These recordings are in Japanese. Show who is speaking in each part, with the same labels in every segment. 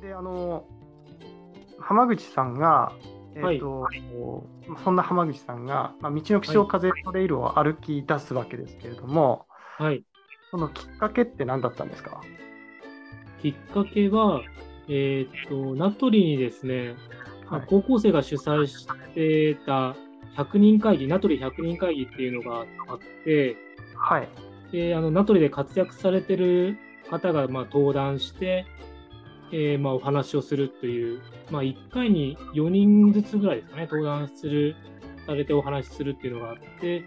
Speaker 1: であの浜口さんが、えーとそんな浜口さんが、まあ、道の気象風トレイルを歩き出すわけですけれども、
Speaker 2: はい。
Speaker 1: そのきっかけって何だったんですか
Speaker 2: きっかけは、えーっと、名取にですね、
Speaker 1: はい
Speaker 2: 高校生が主催してた100人会議、名取100人会議っていうのがあって、
Speaker 1: はい。
Speaker 2: であの名取で活躍されてる方が、まあ、登壇して、えーまあ、お話をするという、まあ、1回に4人ずつぐらいですかね、登壇する、されてお話しするっていうのがあって、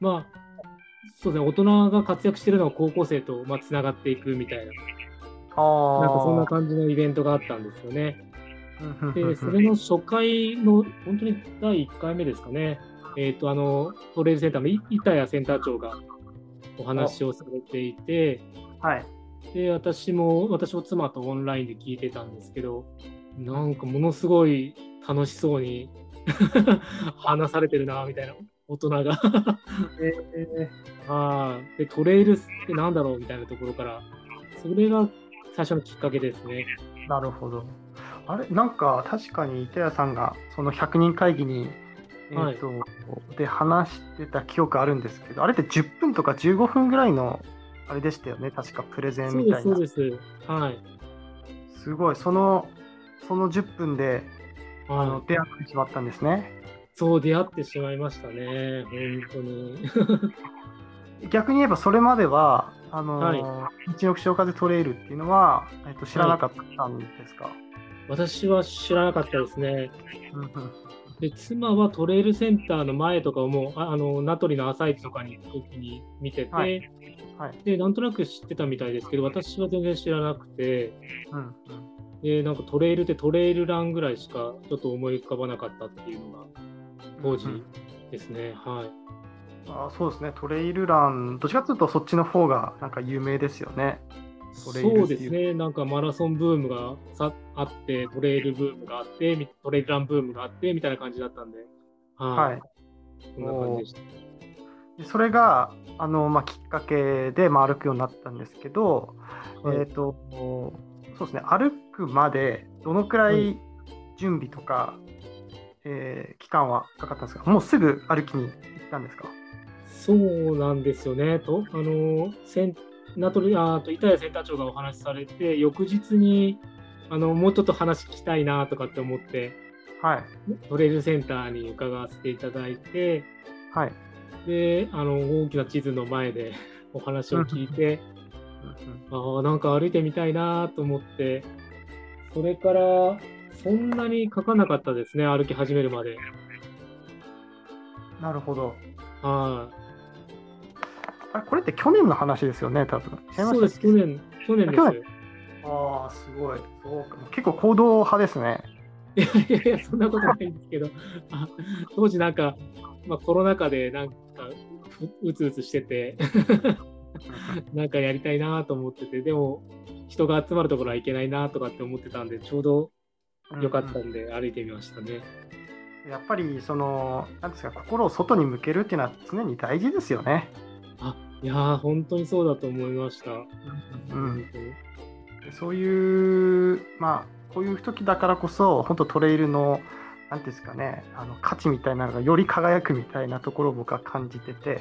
Speaker 2: まあ、そうですね、大人が活躍してるのは高校生と、まあ、つながっていくみたいな。
Speaker 1: ああ。
Speaker 2: なんかそんな感じのイベントがあったんですよね。
Speaker 1: うんうんうんう
Speaker 2: で、
Speaker 1: ん
Speaker 2: それの初回の、本当に第1回目ですかね、えっ、と、あの、トレードセンターのい板谷センター長がお話をされていて、
Speaker 1: はい。
Speaker 2: で、私も、私も妻とオンラインで聞いてたんですけど、なんかものすごい楽しそうに 話されてるな、みたいな、大人が。
Speaker 1: え
Speaker 2: はいで、トレイルってなんだろうみたいなところから、それが最初のきっかけですね。
Speaker 1: ー、なるほど。あれなんか確かに板谷さんがその100人会議に、えーとで話してた記憶あるんですけどあれって10分とか15分ぐらいのあれでしたよね確かプレゼン
Speaker 2: そう
Speaker 1: み
Speaker 2: で
Speaker 1: たい
Speaker 2: す、そ
Speaker 1: な
Speaker 2: うです。はい。
Speaker 1: すごいそのその10分であ
Speaker 2: は
Speaker 1: の出会ってしまったんですね
Speaker 2: い、そう出会ってしまいましたね、本当に。
Speaker 1: 逆に言えばそれまではあの、
Speaker 2: はい
Speaker 1: 道の気象風トレイルっていうのは、えっと知らなかったんですか、
Speaker 2: 私は知らなかったですね。
Speaker 1: うんうん
Speaker 2: で、妻はトレイルセンターの前とかをもう、ああの、名取の朝市とかに行く時に見てて、
Speaker 1: はいはい
Speaker 2: で、なんとなく知ってたみたいですけど、私は全然知らなくて、
Speaker 1: うん
Speaker 2: で、なんかトレイルってトレイルランぐらいしかちょっと思い浮かばなかったっていうのが
Speaker 1: うん
Speaker 2: 当時
Speaker 1: うん
Speaker 2: ですね。はい。
Speaker 1: あそうですね、トレイルラン、どっちかというとそっちの方がなんか有名ですよね。トレイ
Speaker 2: そ
Speaker 1: ル
Speaker 2: う
Speaker 1: っていう
Speaker 2: ですね、なんかマラソンブームがさあって、トレイルブームがあって、みトレイルランブームがあってみたいな感じだったんで、
Speaker 1: は、
Speaker 2: はいそんな感じでした。
Speaker 1: でそれがあの、まあ、きっかけで、まあ、歩くようになったんですけど、
Speaker 2: はい
Speaker 1: えー、とそうですね、歩くまでどのくら
Speaker 2: はい
Speaker 1: 準備とか、えー期間はかかったんですか、もうすぐ歩きに行ったんですか。
Speaker 2: そうなんですよね、と、あの、セン名取あーと板谷センター長がお話しされて、翌日にあのもうちょっと話聞きたいなとかって思って、
Speaker 1: はい、
Speaker 2: トレイルセンターに伺わせていただいて、
Speaker 1: はい、
Speaker 2: で、あの大きな地図の前で お話を聞い て、
Speaker 1: うん
Speaker 2: ああ、なんか歩いてみたいなと思って、それから、そんなに書かなかったですね、歩き始めるまで。
Speaker 1: うんなるほど。
Speaker 2: はい。
Speaker 1: あれこれって去年の話ですよね、多分。違いましたっけ
Speaker 2: そうです、去年、去年です
Speaker 1: 去年。ああ、すごい。そうか結構行動派です ね。
Speaker 2: いやいやいや、そんなことないんですけど、あ当時なんか、まあ、コロナ禍でなんかう、うつうつしてて、 なんかやりたいなと思ってて、でも、人が集まるところはいけないなとかって思ってたんで、ちょうど良かったんで、歩いてみましたね。
Speaker 1: やっぱりそのなんですか心を外に向けるっていうのは常に大事ですよね。
Speaker 2: あいやー、本当にそうだと思いました。
Speaker 1: うん、そういうまあこういう時だからこそ本当トレイルのなんていうんですかねあの価値みたいなのがより輝くみたいなところを僕は感じてて、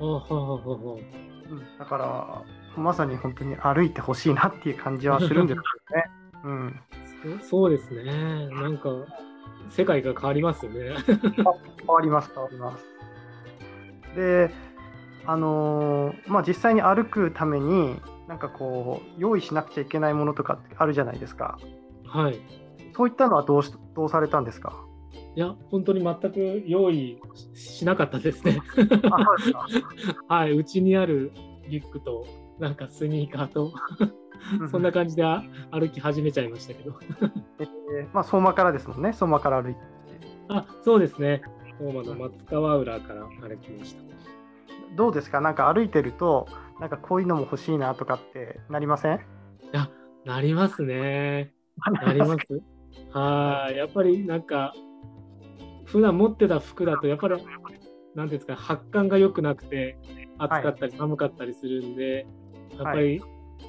Speaker 2: あはははは
Speaker 1: うん、だからまさに本当に歩いてほしいなっていう感じはするんです よね。うん、
Speaker 2: そそうですね。なんか、世界が変わりますよね。
Speaker 1: 変わります変わります。であのーまあ実際に歩くためになんかこう用意しなくちゃいけないものとかってあるじゃないですか。
Speaker 2: はい。い
Speaker 1: そういったのはどうしどうされたんです か。
Speaker 2: や、本当に全く用意ししなかったですね。
Speaker 1: あ、そうですか。
Speaker 2: はい。うちにあるリュックと、なんかスニーカーと、そんな
Speaker 1: 感
Speaker 2: 感じであ歩き始めちゃいましたけど。
Speaker 1: じ、まあ相馬からですもんね。相馬から歩いて。
Speaker 2: あ、そうですね。大間の松川浦から歩きました。
Speaker 1: どうですか。なんか歩いてるとなんかこういうのも欲しいなとかってなりません。
Speaker 2: なりますね。なります。はい。やっぱりなんか、普段持ってた服だと、やっぱり、なんていうんですか、発汗が良くなくて、暑かったり寒かったりするんで、やっぱり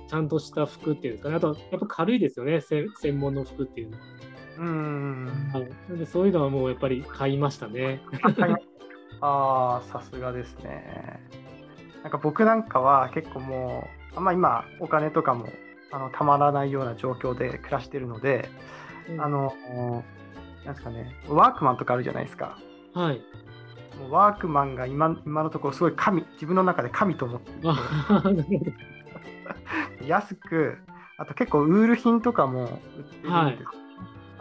Speaker 2: ちゃんとした服っていうんですかね、あと、やっぱ軽いですよね、せ専門の服っていうのは。
Speaker 1: うん。
Speaker 2: はい、なんでそういうのはもうやっぱり買いましたね。
Speaker 1: ああ、さすがですね。なんか僕なんかは結構もう、あんま今、お金とかもあのたまらないような状況で暮らしてるので、あの、なんですかね、ワークマンとかあるじゃないですか。
Speaker 2: はい。
Speaker 1: もうワークマンが今今のところすごい神、自分の中で神と思ってい
Speaker 2: あなるほど
Speaker 1: て、安く、あと結構ウール品とかも売ってるんです、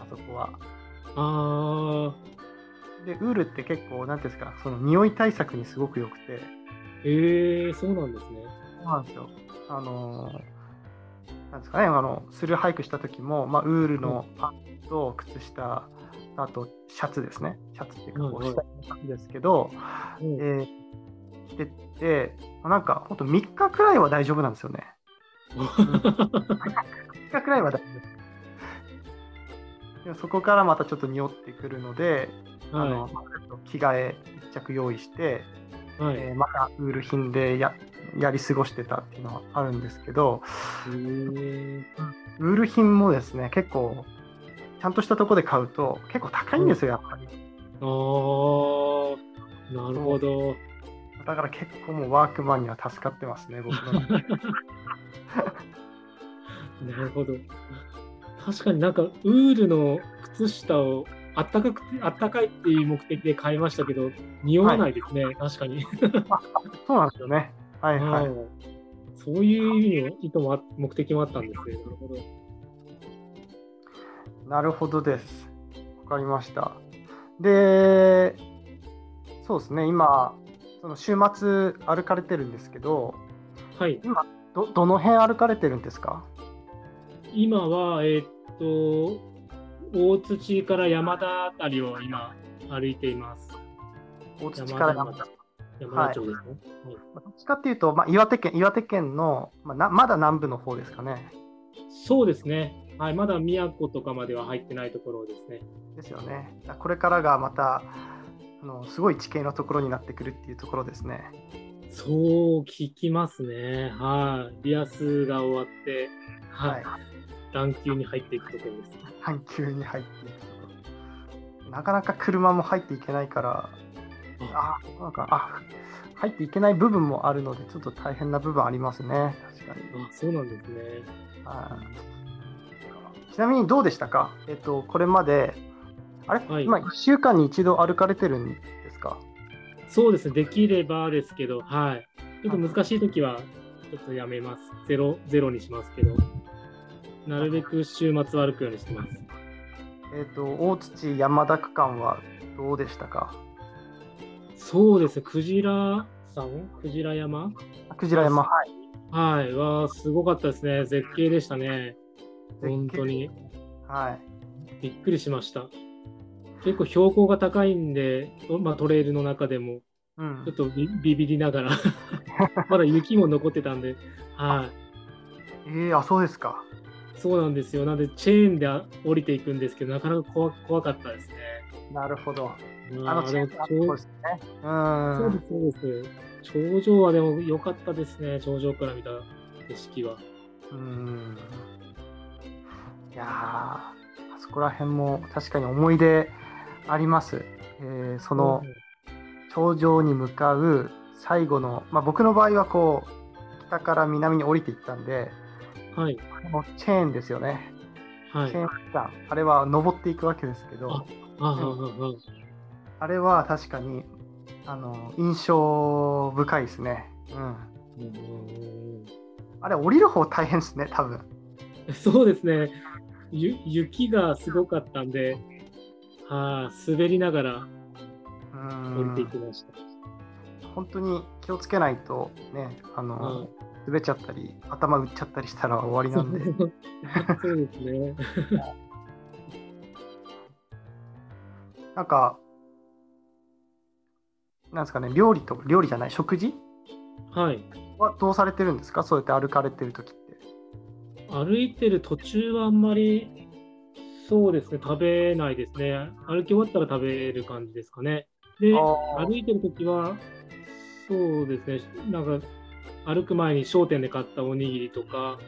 Speaker 1: あそこは。
Speaker 2: あ
Speaker 1: で、ウールって結構、なんていうんですか、その匂い対策にすごく良くて。
Speaker 2: ー、えー、そうなんですね。
Speaker 1: そうなんですよ。あのーなんですかね、あのスルーハイクした時も、まあ、ウールのパンツと靴下、あとシャツですね、シャツっていうかこ
Speaker 2: うん
Speaker 1: う、
Speaker 2: うん
Speaker 1: 下着のシャツですけど、
Speaker 2: うん
Speaker 1: えー着てって、なんか、ほんと3日くらいは大丈夫なんですよ ね。3日くらいは大丈夫。でもそこからまたちょっと匂ってくるので、あの
Speaker 2: は
Speaker 1: まあちょっと着替え1着用意して、
Speaker 2: い。はい。
Speaker 1: えーまたウール品でややり過ごしてたっていうのはあるんですけど、
Speaker 2: えー、
Speaker 1: ウール品もですね、結構、ちゃんとしたとこで買うと、結構高いんですよ、やっぱり。
Speaker 2: あー、なるほど。
Speaker 1: だから結構もうワークマンには助かってますね、僕の。
Speaker 2: なるほど。確かになんか、ウールの靴下をあったかくて、あったかいっていう目的で買いましたけど、匂わないですね、確かに。
Speaker 1: そうなんですよね。はいはい。
Speaker 2: はいそういう意味の意図もあ目的もあったんですね。なるほど。
Speaker 1: なるほどです。わかりました。で、そうですね、今、その週末歩かれてるんですけど、
Speaker 2: はい。
Speaker 1: どどの辺歩かれてるんですか
Speaker 2: 今は、えーっと、大土から山田あたりを今、歩いています。
Speaker 1: 大土から山田。
Speaker 2: 山田町ですね。
Speaker 1: まあどっちかっていうと、まあ、岩手県、岩手県の、まあ、なまだ南部の方ですかね。
Speaker 2: そうですね。はい、まだ宮古とかまでは入ってないところですね。
Speaker 1: ですよね。これからがまたあのすごい地形のところになってくるっていうところですね。
Speaker 2: そう聞きますね。はい、リアスが終わって、は
Speaker 1: はい
Speaker 2: い、。段級に入っていくところです。
Speaker 1: 半球に入っていくところ。なかなか車も入っていけないから、あなんかあ入っていけない部分もあるので、ちょっと大変な部分ありますね。確かに。
Speaker 2: あ、そうなんですね。
Speaker 1: はいちなみにどうでしたかえっと、これまで、あれ、
Speaker 2: はい
Speaker 1: 今1週間に一度歩かれてるんですか
Speaker 2: そうですね。できればですけど、はい。ちょっと難しい時は、ちょっとやめます。ゼロ、ゼロにしますけど、なるべく週末歩くようにしてます。
Speaker 1: えっと、大土山田区間はどうでしたか
Speaker 2: そうですね。クジラさんクジラ山
Speaker 1: クジラ山、はい
Speaker 2: はい。わーすごかったですね。絶景でしたね。本当に。
Speaker 1: はい。
Speaker 2: びっくりしました。結構標高が高いんで、まあ、トレイルの中でも、
Speaker 1: うん
Speaker 2: ちょっとビビビりながら、 まだ雪も残ってたんで、は
Speaker 1: えー、あ、そうですか。
Speaker 2: い、そうなんですよ。なんで、チェーンであ降りていくんですけど、なかなか怖怖かったですね。
Speaker 1: なるほど。
Speaker 2: ま
Speaker 1: あの、
Speaker 2: で
Speaker 1: チェー
Speaker 2: も
Speaker 1: ンソーのとこですね。う
Speaker 2: 頂そうで
Speaker 1: ん。
Speaker 2: す、そうです。頂上はでも良かったですね、頂上から見た景色は。
Speaker 1: うん。いやーあそこら辺も確かに思い出あります。えーその頂上に向かう最後の、まあ、僕の場合はこう、北から南に降りていったんで、
Speaker 2: はい、
Speaker 1: このチェーンですよね。
Speaker 2: はい
Speaker 1: チ。ェーン区間。あれは登っていくわけですけど。
Speaker 2: あああ
Speaker 1: あれは確かにあの印象深いですね。うん、
Speaker 2: うん
Speaker 1: あれ降りる方大変ですね、多分。
Speaker 2: そうですね。ゆ雪がすごかったんで、はあ、滑りながら
Speaker 1: う
Speaker 2: 降りてい
Speaker 1: ん
Speaker 2: きました。
Speaker 1: 本当に気をつけないとね、あの、
Speaker 2: うん
Speaker 1: 滑っちゃったり、頭打っちゃったりしたら終わりなん で。
Speaker 2: そうですね。
Speaker 1: なんか、なんですかね、料理と料理じゃない、食事
Speaker 2: はい。
Speaker 1: はどうされてるんですか、そうやって歩かれてる時って。
Speaker 2: 歩いてる途中はあんまり、そうですね、食べないですね。歩き終わったら食べる感じですかね。で、
Speaker 1: あー
Speaker 2: 歩いてる時は、そうですね、なんか、歩く前に商店で買ったおにぎりとか、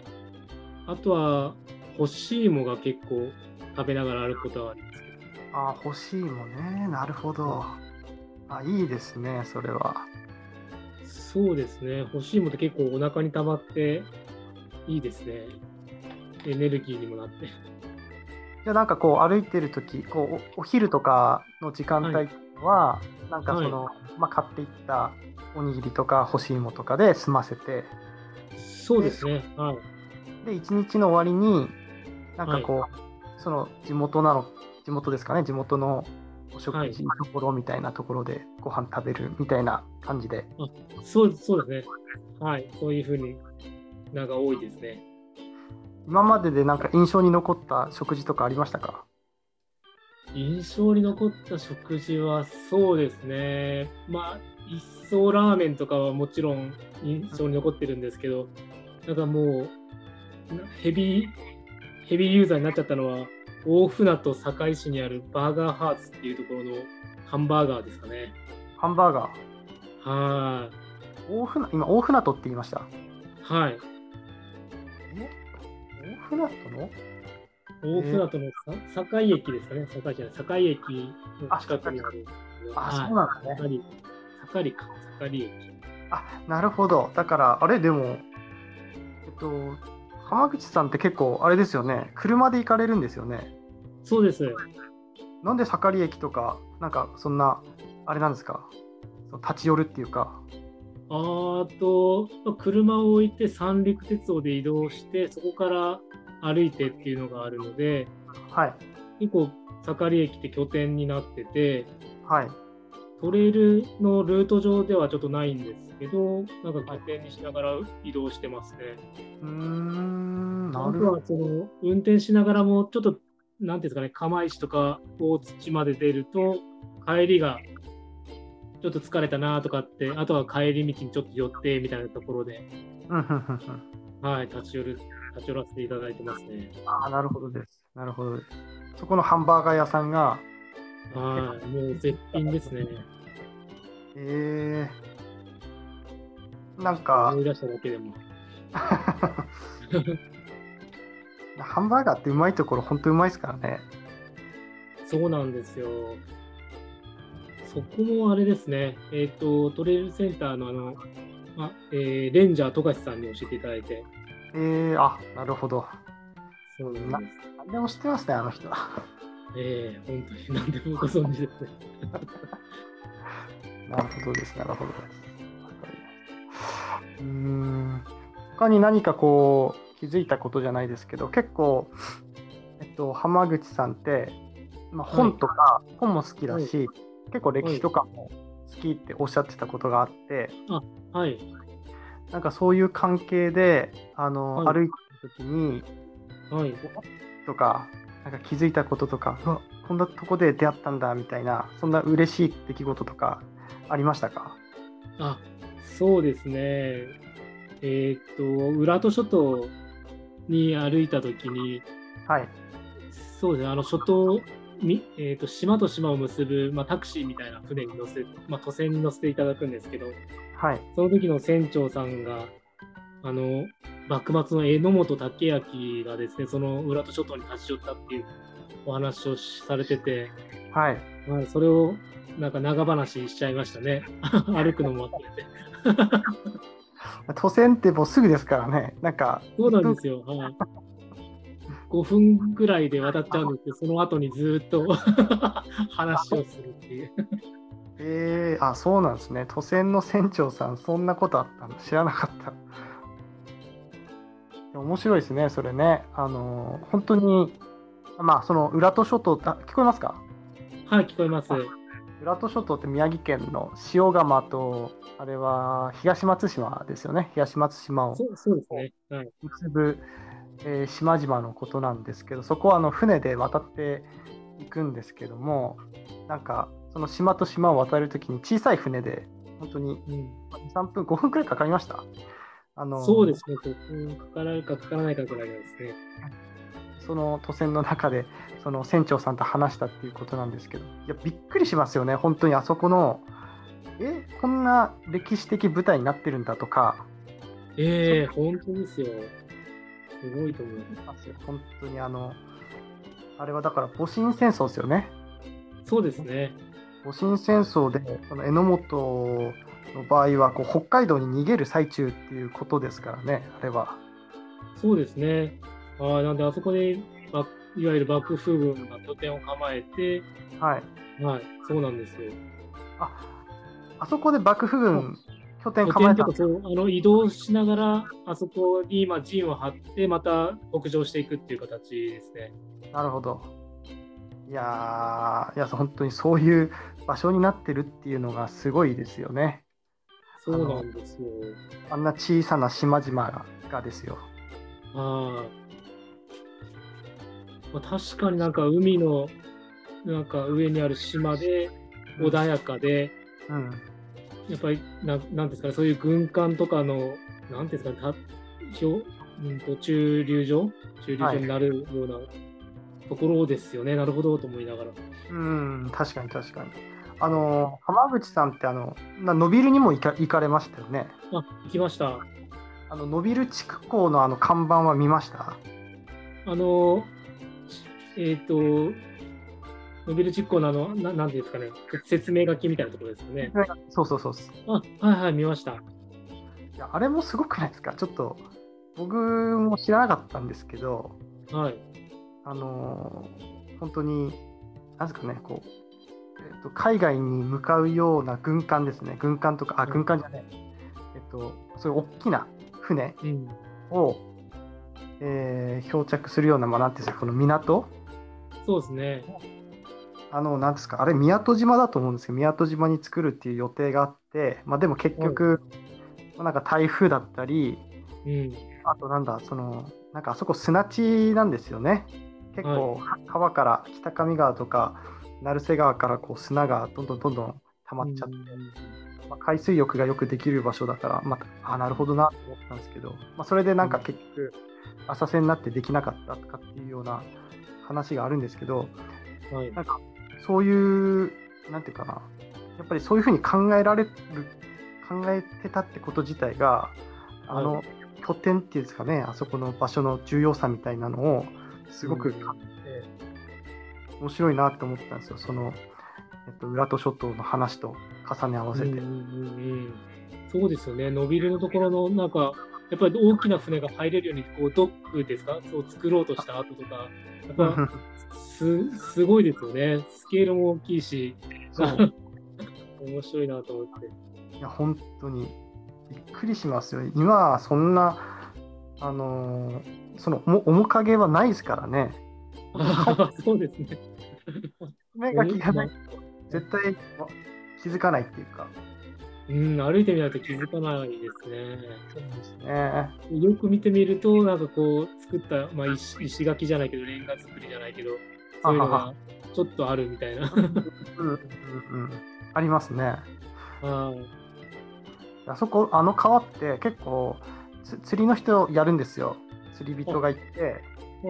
Speaker 2: あとは干し芋が結構食べながら歩くことはありますけど。
Speaker 1: あー欲しいもねなるほどあいいですねそれは
Speaker 2: そうですね、干し芋って結構お腹に溜まっていいですね。エネルギーにもなって。
Speaker 1: じゃあなんかこう歩いてる時こうおお昼とかの時間帯は、なんかその、まあ、買っていったおにぎりとか干し芋とかで済ませて
Speaker 2: そうですね、はい。
Speaker 1: で一日の終わりになんかこう、その地元なの地元ですかね地元のお食事のところみたいなところでご飯食べるみたいな感じで、
Speaker 2: そうそうですね。はい、そういうふうになんか多いですね。
Speaker 1: 今まででなんか印象に残った食事とかありましたか
Speaker 2: 印象に残った食事はそうですね。まあ、一層ラーメンとかはもちろん印象に残ってるんですけど、なんかもう、なヘビー、ヘビーユーザーになっちゃったのは、大船渡堺市にあるバーガーハーツっていうところのハンバーガーですかね。
Speaker 1: ハンバーガー
Speaker 2: は
Speaker 1: 大船今大船渡って言いました
Speaker 2: い。はい。
Speaker 1: 大船渡の
Speaker 2: 大船渡のさ堺駅ですかね。堺じゃない。堺駅の近くにある。
Speaker 1: あ、
Speaker 2: はい
Speaker 1: そうなんだね
Speaker 2: 堺堺か。堺駅。
Speaker 1: あなるほどだからあれでもえっと浜口さんって結構あれですよね車で行かれるんですよね
Speaker 2: そうです。
Speaker 1: なんで盛り駅とかなんかそんなあれなんですかその立ち寄るっていうか
Speaker 2: あーと、まあ車を置いて三陸鉄道で移動して、そこから歩いてっていうのがあるので、
Speaker 1: はい
Speaker 2: 結構、盛駅って拠点になってて、
Speaker 1: はい
Speaker 2: トレイルのルート上ではちょっとないんですけど、なんか拠点にしながら移動してますね。
Speaker 1: うーんな
Speaker 2: あ
Speaker 1: る
Speaker 2: と
Speaker 1: ほ
Speaker 2: はその運転しながらも、ちょっと、なんていうんですかね、釜石とか大槌まで出ると、帰りがちょっと疲れたなとかって、あとは帰り道にちょっと寄ってみたいなところで、
Speaker 1: どうんうんうんうん
Speaker 2: はい、立ち寄る、立ち寄らせていただいてますね。
Speaker 1: あーなるほどですなるほどですそこのハンバーガー屋さんが
Speaker 2: はい、もう絶品ですね。
Speaker 1: えー、なんか
Speaker 2: 思い出しただけでも。
Speaker 1: ハンバーガーってうまいところ本当うまいですからね
Speaker 2: そうなんですよ。そこもあれですね、えっ、と、トレイルセンターのあの、あえーレンジャー富樫さんに教えていただいて、
Speaker 1: えー、あなるほど
Speaker 2: そうなんです。
Speaker 1: 何でも知ってますねあの人は
Speaker 2: ええ本当に何でもご存知ですね。
Speaker 1: なるほどですなるほどですわかりましたうーん他に何かこう気づいたことじゃないですけど結構えっと浜口さんって、まあ、
Speaker 2: はい
Speaker 1: 本とか、本も好きだし、結構歴史とかも好きっておっしゃってたことがあって、
Speaker 2: はい、
Speaker 1: なんかそういう関係であの、
Speaker 2: はい
Speaker 1: 歩いてる時に
Speaker 2: はい。
Speaker 1: とかなんか気づいたこととかうわこんなとこで出会ったんだみたいなそんな嬉しい出来事とかありましたか
Speaker 2: あ、そうですね。えっと、浦戸諸島に歩いたときに、
Speaker 1: はい
Speaker 2: そうですね、あの諸島み、えー、と島と島を結ぶ、まあ、タクシーみたいな船に乗せ、まあ、渡船に乗せていただくんですけど、
Speaker 1: はい
Speaker 2: その時の船長さんが、あの幕末の榎本武明がですね、その浦戸諸島に立ち寄ったっていうお話をしされてて、
Speaker 1: はい
Speaker 2: はい、それをなんか長話しちゃいましたね、 歩くのも忘 れて。
Speaker 1: 都線ってもうすぐですからね、なんか、
Speaker 2: そうなんですよ、はい、5分ぐらいで渡っちゃう んですけど、その後にずーっと 話をするっていう。
Speaker 1: えー、あそうなんですね、都線の船長さん、そんなことあったの知らなかった。面白いですね、それね。あのー本当に、まあ、その浦戸諸島、あ聞こえますか
Speaker 2: はい、聞こえます。
Speaker 1: 浦戸諸島って宮城県の塩釜と、あれは東松島ですよね、東松島を
Speaker 2: そうそうですね、はい。
Speaker 1: 結ぶ、えー島々のことなんですけどそこはあの船で渡っていくんですけどもなんかその島と島を渡るときに小さい船で本当に
Speaker 2: うん
Speaker 1: 23分5分くらいかかりましたあの
Speaker 2: そうですね、ここかからるかかからないかぐらいですね。
Speaker 1: その渡船の中でその船長さんと話したっていうことなんですけどいやびっくりしますよね本当にあそこのえこんな歴史的舞台になってるんだとか
Speaker 2: ええ本当ですよ。すごいと思う。
Speaker 1: なんですよ本当にあの、あれはだから戊辰戦争ですよね。
Speaker 2: そうですね。
Speaker 1: 戊辰戦争で、この榎本の場合はこう、北海道に逃げる最中っていうことですからね、あれは。
Speaker 2: そうですね。ああ、なんであそこで、ばいわゆる幕府軍が拠点を構えて、
Speaker 1: はい。
Speaker 2: はい、そうなんですよ。
Speaker 1: あ、あそこで幕府軍拠点
Speaker 2: 拠
Speaker 1: 構え
Speaker 2: 点と
Speaker 1: た
Speaker 2: いう。かそうあの移動しながら、あそこに今陣を張って、また北上していくっていう形ですね。
Speaker 1: なるほど。いやー、いや本当にそういう場所になってるっていうのがすごいですよね。
Speaker 2: そうなんですよ。
Speaker 1: あんな小さな島々がですよ。
Speaker 2: あーまあ、確かになんか海のなんか上にある島で穏やかで、
Speaker 1: うん。
Speaker 2: やっぱりなんなんですかね、そういう軍艦とかの、なんていうんですかね、た表うんと駐留所駐留所になるようなところですよね、なるほどと思いながら。
Speaker 1: うん、確かに確かに。あのー、浜口さんってあの、なノビルにも行か行かれましたよね。
Speaker 2: あ、行きました。
Speaker 1: あの、ノビル地区港のあの看板は見ました
Speaker 2: あの、えっ、と、ノビル実行のあの、ななんていうんですかね、説明書きみたいなところですよね。
Speaker 1: そうそうそうです。
Speaker 2: あ、はいはい、見ました。
Speaker 1: いや、あれもすごくないですかちょっと、僕も知らなかったんですけど、
Speaker 2: はい。
Speaker 1: あのー本当に、なんですかね、こう、えっと、海外に向かうような軍艦ですね、軍艦とか、あ、
Speaker 2: うん
Speaker 1: 軍艦じゃない、えっと、そういう大きな船
Speaker 2: うん。
Speaker 1: を、えー漂着するような、まあ、なんていうんですか、この港、
Speaker 2: そうですね。
Speaker 1: あの、なんですか、あれ、宮戸島だと思うんですけど、宮戸島に作るっていう予定があって、まあ、でも結局、まあなんか台風だったり、
Speaker 2: うん。
Speaker 1: あとなんだ、その、なんかあそこ砂地なんですよね。結構、川から、北上川とか、鳴瀬川からこう砂がどんどんどんどん溜まっちゃって、まあ、海水浴がよくできる場所だから、まあ、あなるほどなと思ったんですけど、まあ、それでなんか結局、浅瀬になってできなかったとかっていうような話があるんですけど、
Speaker 2: うんはい。
Speaker 1: なんかそういう、なんていうかな、やっぱりそういうふうに考えられる、考えてたってこと自体が、あの、
Speaker 2: は
Speaker 1: 拠点っていうんですかね、あそこの場所の重要さみたいなのを、すごく感じて、面白いなと思ったんですよ、その、えっと、浦戸諸島の話と重ね合わせて。
Speaker 2: うんうんうんうんそうですよね、ノビルのところの、なんか、やっぱり大きな船が入れるように、こうドックですか、そう作ろうとした後とか、やっぱすすごいですよね、スケールも大きいし、
Speaker 1: そう
Speaker 2: 面白いなと思って。
Speaker 1: いや本当にびっくりしますよ今はそんなあのーそのも面影はないですからね
Speaker 2: そうですね。
Speaker 1: 目が利かない絶対わ気づかないっていうか。
Speaker 2: うん、歩いてみないと気づかないですね。
Speaker 1: そうですね。
Speaker 2: よく見てみると、なんかこう、作った、まあ、石石垣じゃないけど、レンガ作りじゃないけど、そういうの
Speaker 1: あは
Speaker 2: がちょっとあるみたい な。
Speaker 1: うんうんうん。ありますね。
Speaker 2: はい
Speaker 1: あそこ、あの川って結構つ釣りの人やるんですよ。釣り人が行って、
Speaker 2: は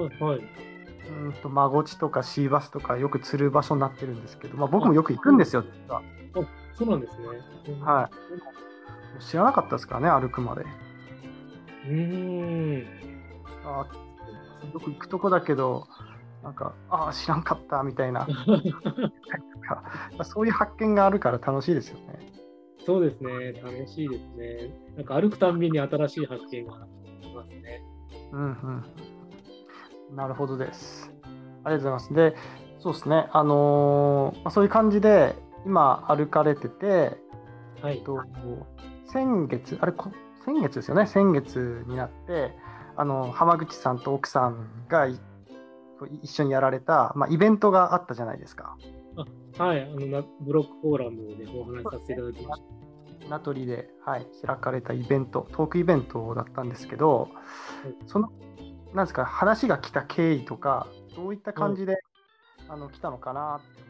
Speaker 2: いはい。
Speaker 1: うんと、マゴチとかシーバスとかよく釣る場所になってるんですけど、まあ僕もよく行くんですよ、実は。
Speaker 2: そうなんですね。
Speaker 1: はい。知らなかったですからね、歩くまで。
Speaker 2: い。うーん。
Speaker 1: あよく行くとこだけど、なんか、ああ、知らんかったみたいな、そういう発見があるから楽しいですよね。
Speaker 2: そうですね。楽しいですね。なんか歩くたんびに新しい発見がありますね。
Speaker 1: うんうん、なるほどです。ありがとうございます。で、そうですね、あのーまあ、そういう感じで、今、歩かれてて、
Speaker 2: は
Speaker 1: え
Speaker 2: い
Speaker 1: っ。と、先月、あれ、こ先月ですよね、先月になって、あの浜口さんと奥さんがい一緒にやられた、まあ、イベントがあったじゃないですか、
Speaker 2: はい。あのなブロックフォーラムでお話しさせていただきまし
Speaker 1: 名取で、はい、開かれたイベント、トークイベントだったんですけど、その、なんですか、話が来た経緯とか、どういった感じで、あの来たのかなって